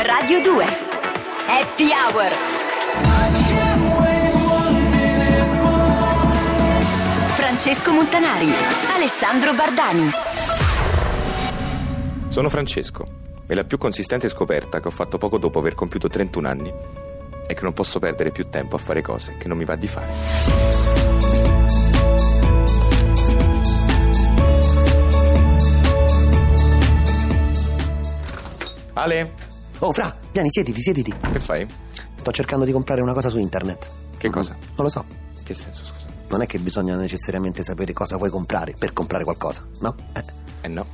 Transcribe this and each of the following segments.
Radio 2 Happy Hour Francesco Montanari Alessandro Bardani Sono Francesco e la più consistente scoperta che ho fatto poco dopo aver compiuto 31 anni è che non posso perdere più tempo a fare cose che non mi va di fare. Ale, Oh, Fra, vieni, siediti, siediti. che fai? Sto cercando di comprare una cosa su internet. Che cosa? Non lo so. Che senso, scusa? Non è che bisogna necessariamente sapere cosa vuoi comprare per comprare qualcosa, no? Eh. Eh no.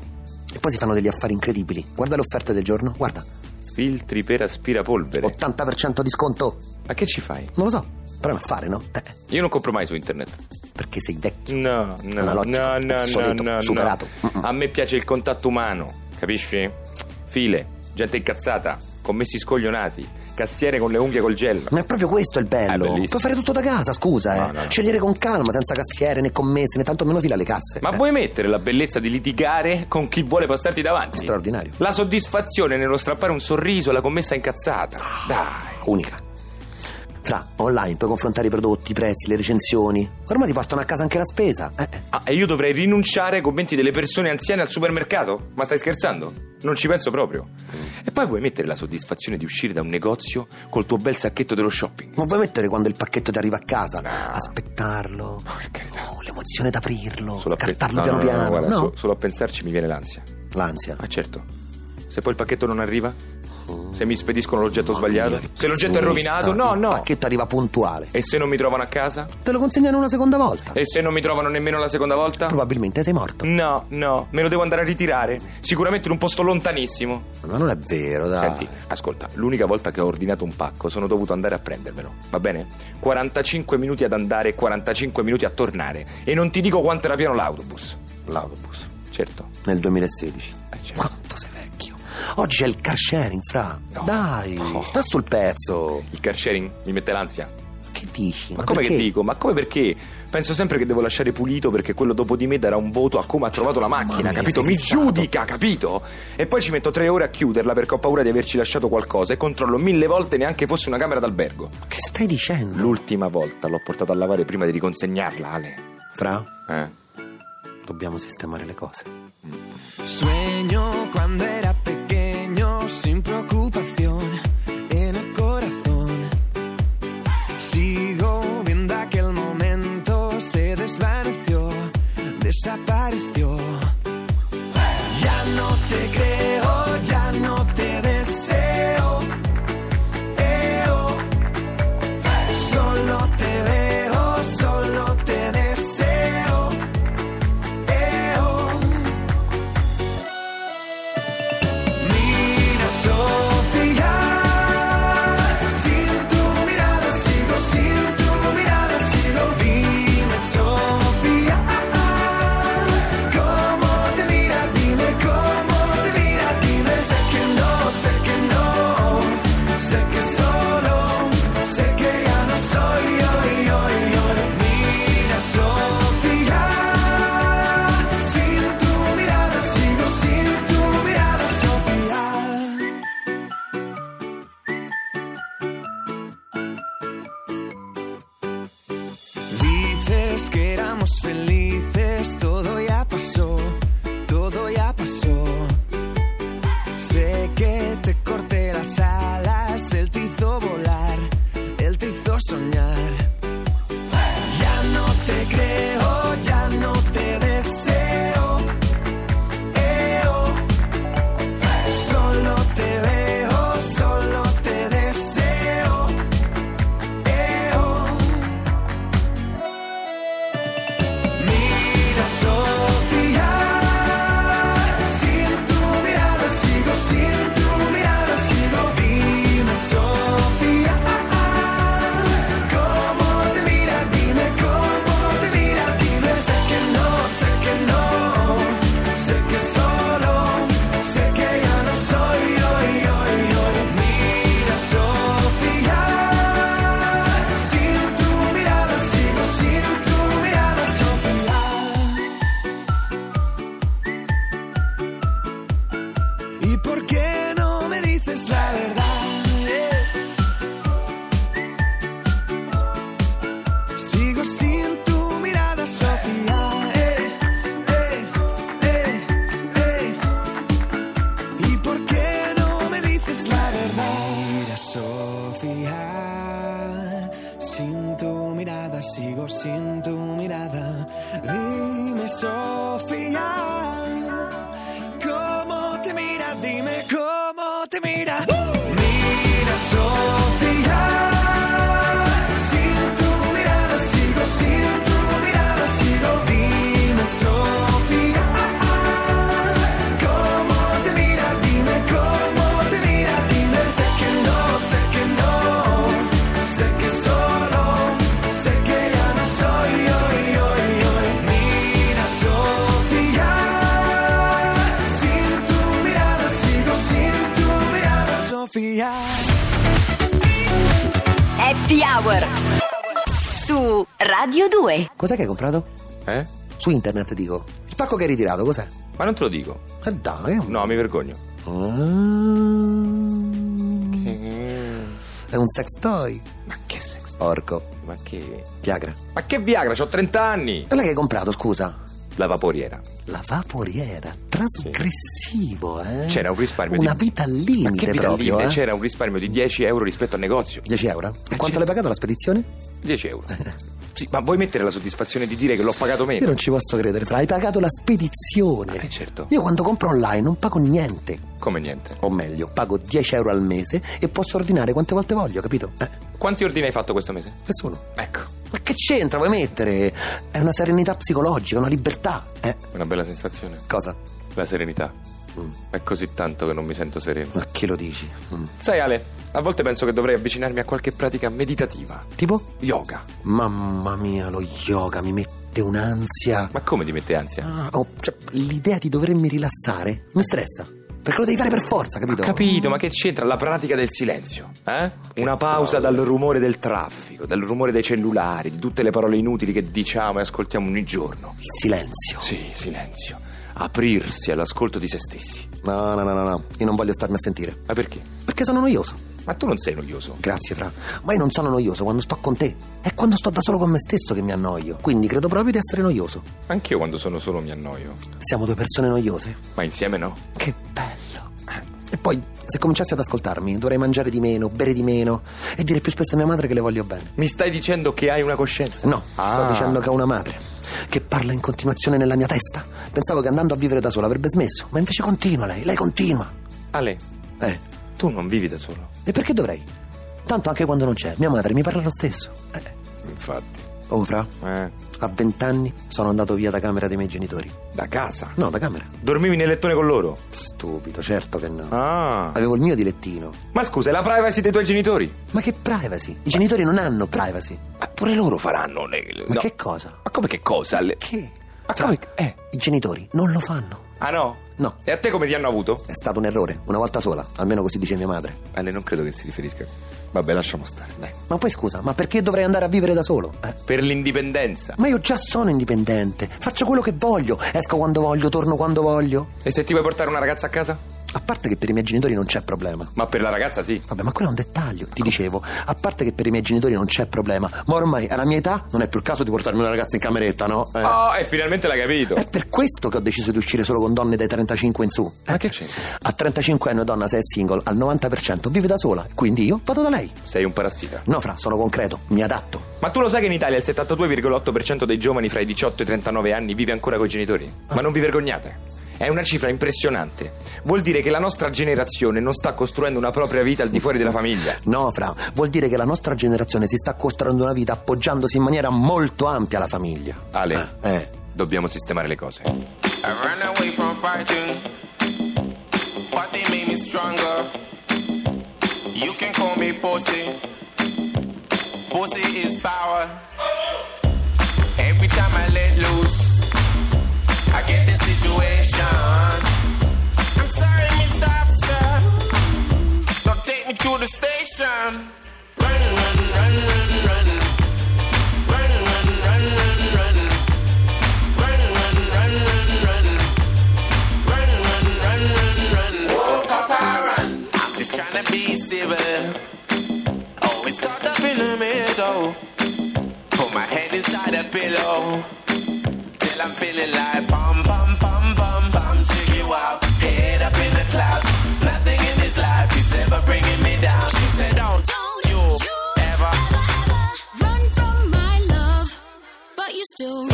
E poi si fanno degli affari incredibili. Guarda le offerte del giorno, guarda. Filtri per aspirapolvere. 80% di sconto. Ma che ci fai? Non lo so. Però è un affare, no? Eh. Io non compro mai su internet. Perché sei vecchio. No, no, Analogico, no, no, obsoleto, no, no. superato. Mm-mm. A me piace il contatto umano, capisci? File, gente incazzata, commessi scoglionati, cassiere con le unghie col gello. Ma è proprio questo il È bello. bellissimo. Puoi fare tutto da casa, scusa, eh. No, no, no. Scegliere con calma, senza cassiere né commesse, né tanto meno fila alle casse. Ma Eh. vuoi mettere la bellezza di litigare con chi vuole passarti davanti? Straordinario. La soddisfazione nello strappare un sorriso alla commessa incazzata. Dai. unica. Fra, online puoi confrontare i prodotti, i prezzi, le recensioni. Ormai ti portano a casa anche la spesa. Eh, eh. Ah, e io dovrei rinunciare ai commenti delle persone anziane al supermercato? Ma stai scherzando? Non ci penso proprio. E poi vuoi mettere la soddisfazione di uscire da un negozio col tuo bel sacchetto dello shopping? Ma vuoi mettere quando il pacchetto ti arriva a casa? Aspettarlo. per carità. Oh, l'emozione d'aprirlo. Solo a pe- scartarlo no, piano no, no, no, piano. guarda, no? so- solo a pensarci mi viene l'ansia. L'ansia. Ma certo. Se poi il pacchetto non arriva? Se mi spediscono l'oggetto sbagliato? Mia, che Se l'oggetto è pessimista. rovinato? No, no. Il pacchetto arriva puntuale. E se non mi trovano a casa? Te lo consegnano una seconda volta. E se non mi trovano nemmeno la seconda volta? Probabilmente sei morto. No, no, me lo devo andare a ritirare. Sicuramente in un posto lontanissimo. Ma non è vero, dai. Senti, ascolta, l'unica volta che ho ordinato un pacco sono dovuto andare a prendermelo, va bene? 45 minuti ad andare e 45 minuti a tornare. E non ti dico quanto era pieno l'autobus. L'autobus. Certo. Nel 2016. Eh, certo. Quanto sei vecchio. Oggi c'è il car sharing, Fra. No. Dai, Oh. sta sul pezzo. Il car sharing mi mette l'ansia. Che dici? Ma come che perché? dico? Ma come perché? Penso sempre che devo lasciare pulito perché quello dopo di me darà un voto a come ha trovato la macchina, mia, capito? sei Mi fissato. giudica, capito? E poi ci metto tre ore a chiuderla perché ho paura di averci lasciato qualcosa e controllo mille volte neanche fosse una camera d'albergo. Che stai dicendo? L'ultima volta l'ho portata a lavare prima di riconsegnarla, Ale. Fra, Eh? dobbiamo sistemare le cose. Sueño cuando era pequeño sin preocupación en el corazón. Sigo viendo aquel momento, se desvaneció, desapareció. Ya no te creo, ya no te deseo. eh, oh. Solo te veo, solo te deseo. eh, oh. Mira, Sofía, sin tu mirada sigo, sin tu mirada sigo. Dime, Sofía, cómo te mira, dime cómo te mira, dime. Sé que no, sé que no, sé que solo, sé que ya no soy yo, yo, yo. Mira, Sofía. Sin tu mirada sigo, sin tu mirada Sofía. Dices que éramos felices, todo ya pasó, todo ya pasó. Sé que te corté las alas, él te hizo volar, él te hizo soñar. Ya no te creo, ya no te deseo. eh, oh. Solo te veo, solo te deseo. eh, oh. Eh, María Sofía. Sin tu mirada sigo sin tu mirada. Dime Sofía, cómo te mira, dime cómo te mira. Mira Sofía, sin tu mirada sigo sin tu mirada sigo. Dime Sofía, cómo te mira, dime cómo te mira, dime sé que no, sé que no, sé que solo, sé que ya no soy hoy, hoy, hoy. Mira Sofía, sin tu mirada sigo sin tu mirada Sofía. Happy Hour su Radio 2. Cos'è che hai comprato? Eh? Su internet dico. Il pacco che hai ritirato, cos'è? Ma non te lo dico. Eh dai. No, mi vergogno. Ah. Mm. È un sex toy. Ma che sex? Porco. Ma che. Viagra. Ma che Viagra, c'ho 30 anni! Quella che hai comprato, scusa. La vaporiera. La vaporiera, trasgressivo, eh? C'era un risparmio Una di. vita al limite Ma che vita al proprio, limite? eh? C'era un risparmio di 10 euro rispetto al negozio. 10 euro? E certo. quanto l'hai pagato la spedizione? 10 euro. Sì, ma vuoi mettere la soddisfazione di dire che l'ho pagato Eh. Io meno? non ci posso credere, fra, hai pagato la spedizione. Eh, certo. Io quando compro online non pago niente. Come niente. O meglio, pago 10 euro al mese e posso ordinare quante volte voglio, capito? Eh, Quanti ordini hai fatto questo mese? nessuno. Ecco. Ma che c'entra, vuoi mettere? È una serenità psicologica, una libertà. Eh, Una bella sensazione. cosa? La serenità. Mm. È così tanto che non mi sento sereno. Ma che lo dici? Mm. Sai Ale, a volte penso che dovrei avvicinarmi a qualche pratica meditativa. Tipo? Yoga. Mamma mia, lo yoga mi mette un'ansia. Ma come ti mette ansia? Ah, oh, cioè, l'idea di dovermi rilassare mi stressa. Perché lo devi fare per forza, capito? Mm. Capito, ma che c'entra la pratica del silenzio? Eh? Una pausa dal rumore del traffico, dal rumore dei cellulari, di tutte le parole inutili che diciamo e ascoltiamo ogni giorno. Il silenzio. Sì, silenzio. Aprirsi all'ascolto di se stessi. No, no, no, no, no, io non voglio starmi a sentire. Ma perché? Perché sono noioso. Ma tu non sei noioso. Grazie, Fra. Ma io non sono noioso quando sto con te. È quando sto da solo con me stesso che mi annoio. Quindi credo proprio di essere noioso. Anch'io quando sono solo mi annoio. Siamo due persone noiose. Ma insieme no. Che bello. E poi, se cominciassi ad ascoltarmi, dovrei mangiare di meno, bere di meno e dire più spesso a mia madre che le voglio bene. Mi stai dicendo che hai una coscienza? No, Ah. sto dicendo che ho una madre che parla in continuazione nella mia testa. Pensavo che andando a vivere da sola avrebbe smesso, ma invece continua lei, lei continua. Ale, Eh, tu non vivi da solo. e perché dovrei? Tanto anche quando non c'è, mia madre mi parla lo stesso. Eh. Infatti. Oh, fra, Eh. a vent'anni sono andato via da camera dei miei genitori. Da casa. No, da camera. Dormivi nel lettone con loro. Stupido, certo che no. Ah. Avevo il mio di lettino. Ma scusa, è la privacy dei tuoi genitori? Ma che privacy? I genitori non hanno privacy. Ma pure loro faranno. ne- Ma no. che cosa? Ma come che cosa? Le- Che? Ma Fra, come- eh. I genitori non lo fanno. Ah no? No. E a te come ti hanno avuto? È stato un errore, una volta sola, almeno così dice mia madre. Ale, non credo che si riferisca. Vabbè, lasciamo stare, dai. Ma poi scusa, ma perché dovrei andare a vivere da solo? Eh? Per l'indipendenza. Ma io già sono indipendente, faccio quello che voglio, esco quando voglio, torno quando voglio. E se ti vuoi portare una ragazza a casa? A parte che per i miei genitori non c'è problema. Ma per la ragazza sì. Vabbè, ma quello è un dettaglio, ti dicevo. A parte che per i miei genitori non c'è problema, ma ormai alla mia età non è più il caso di portarmi una ragazza in cameretta, no? Eh. Oh, e finalmente l'hai capito. È per questo che ho deciso di uscire solo con donne dai 35 in su. Eh, Ma che c'entra? A 35 anni una donna, se è single, al 90% vive da sola, quindi io vado da lei. Sei un parassita. No, fra, sono concreto, mi adatto. Ma tu lo sai che in Italia il 72,8% dei giovani fra i 18 e i 39 anni vive ancora coi genitori? Ma non vi vergognate. È una cifra impressionante. Vuol dire che la nostra generazione non sta costruendo una propria vita al di fuori della famiglia. No, Fra, vuol dire che la nostra generazione si sta costruendo una vita appoggiandosi in maniera molto ampia alla famiglia. Ale, Eh, eh. dobbiamo sistemare le cose. I ran away from fighting, but they made me stronger. You can call me pussy. Pussy is power. Every time I let loose, I get in situations. I'm sorry, Miss Officer. Don't take me to the station. Run, run, run, run, run. Run, run, run, run, run. Run, run, run, run, run. Run, run, run, run, run. Oh, Papa, run. I'm just trying to be civil. Always caught up in the middle. Put my head inside a pillow. Till I'm feeling like bum, bum, bum, bum, bum. Chicky wow. Head up in the clouds. Nothing in this life is ever bringing me down. She said, still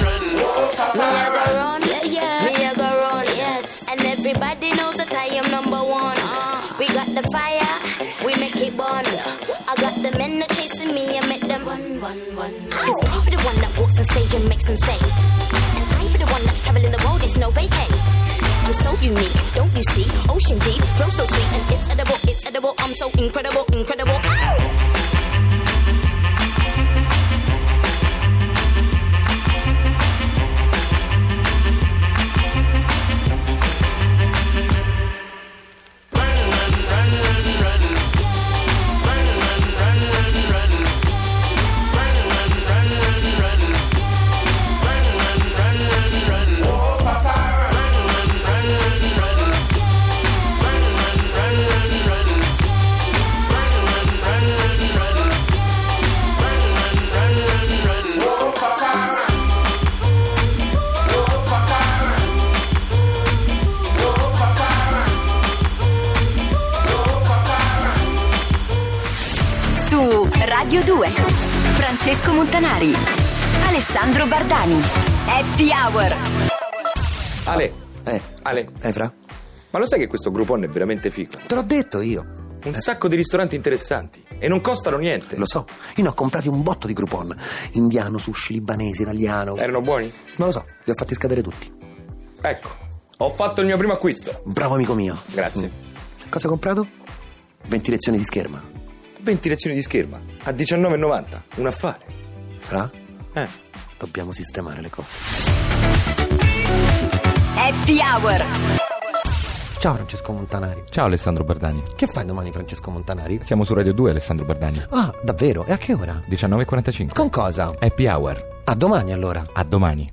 I go run, yeah, yeah. Me I go run, yes. And everybody knows that I am number one. uh. We got the fire, we make it burn. I got the men that chasing me, I make them run, run, run. Cause I be the one that walks on stage and makes them say. And I be the one that's traveling the world, it's no vacay. I'm so unique, don't you see? Ocean deep, flow so sweet, and it's edible, it's edible. I'm so incredible, incredible. Ow! Su Radio 2 Francesco Montanari Alessandro Bardani Happy Hour Ale, Eh, Ale, eh, fra? ma lo sai che questo Groupon è veramente figo? Te l'ho detto io. Eh. Un sacco di ristoranti interessanti e non costano niente. Lo so, io ne ho comprati un botto di Groupon. Indiano, sushi, libanese, italiano. Erano buoni? Non lo so, li ho fatti scadere tutti. Ecco, ho fatto il mio primo acquisto. Bravo amico mio. Grazie. Mm. Cosa hai comprato? Ventilazione di scherma. 20 lezioni di scherma a 19,90. Un affare. Fra? Eh. Dobbiamo sistemare le cose. Happy Hour Ciao Francesco Montanari. Ciao Alessandro Bardani. Che fai domani Francesco Montanari? Siamo su Radio 2 Alessandro Bardani. Ah, davvero? E a che ora? 19.45. Con cosa? Happy Hour. A domani allora. A domani.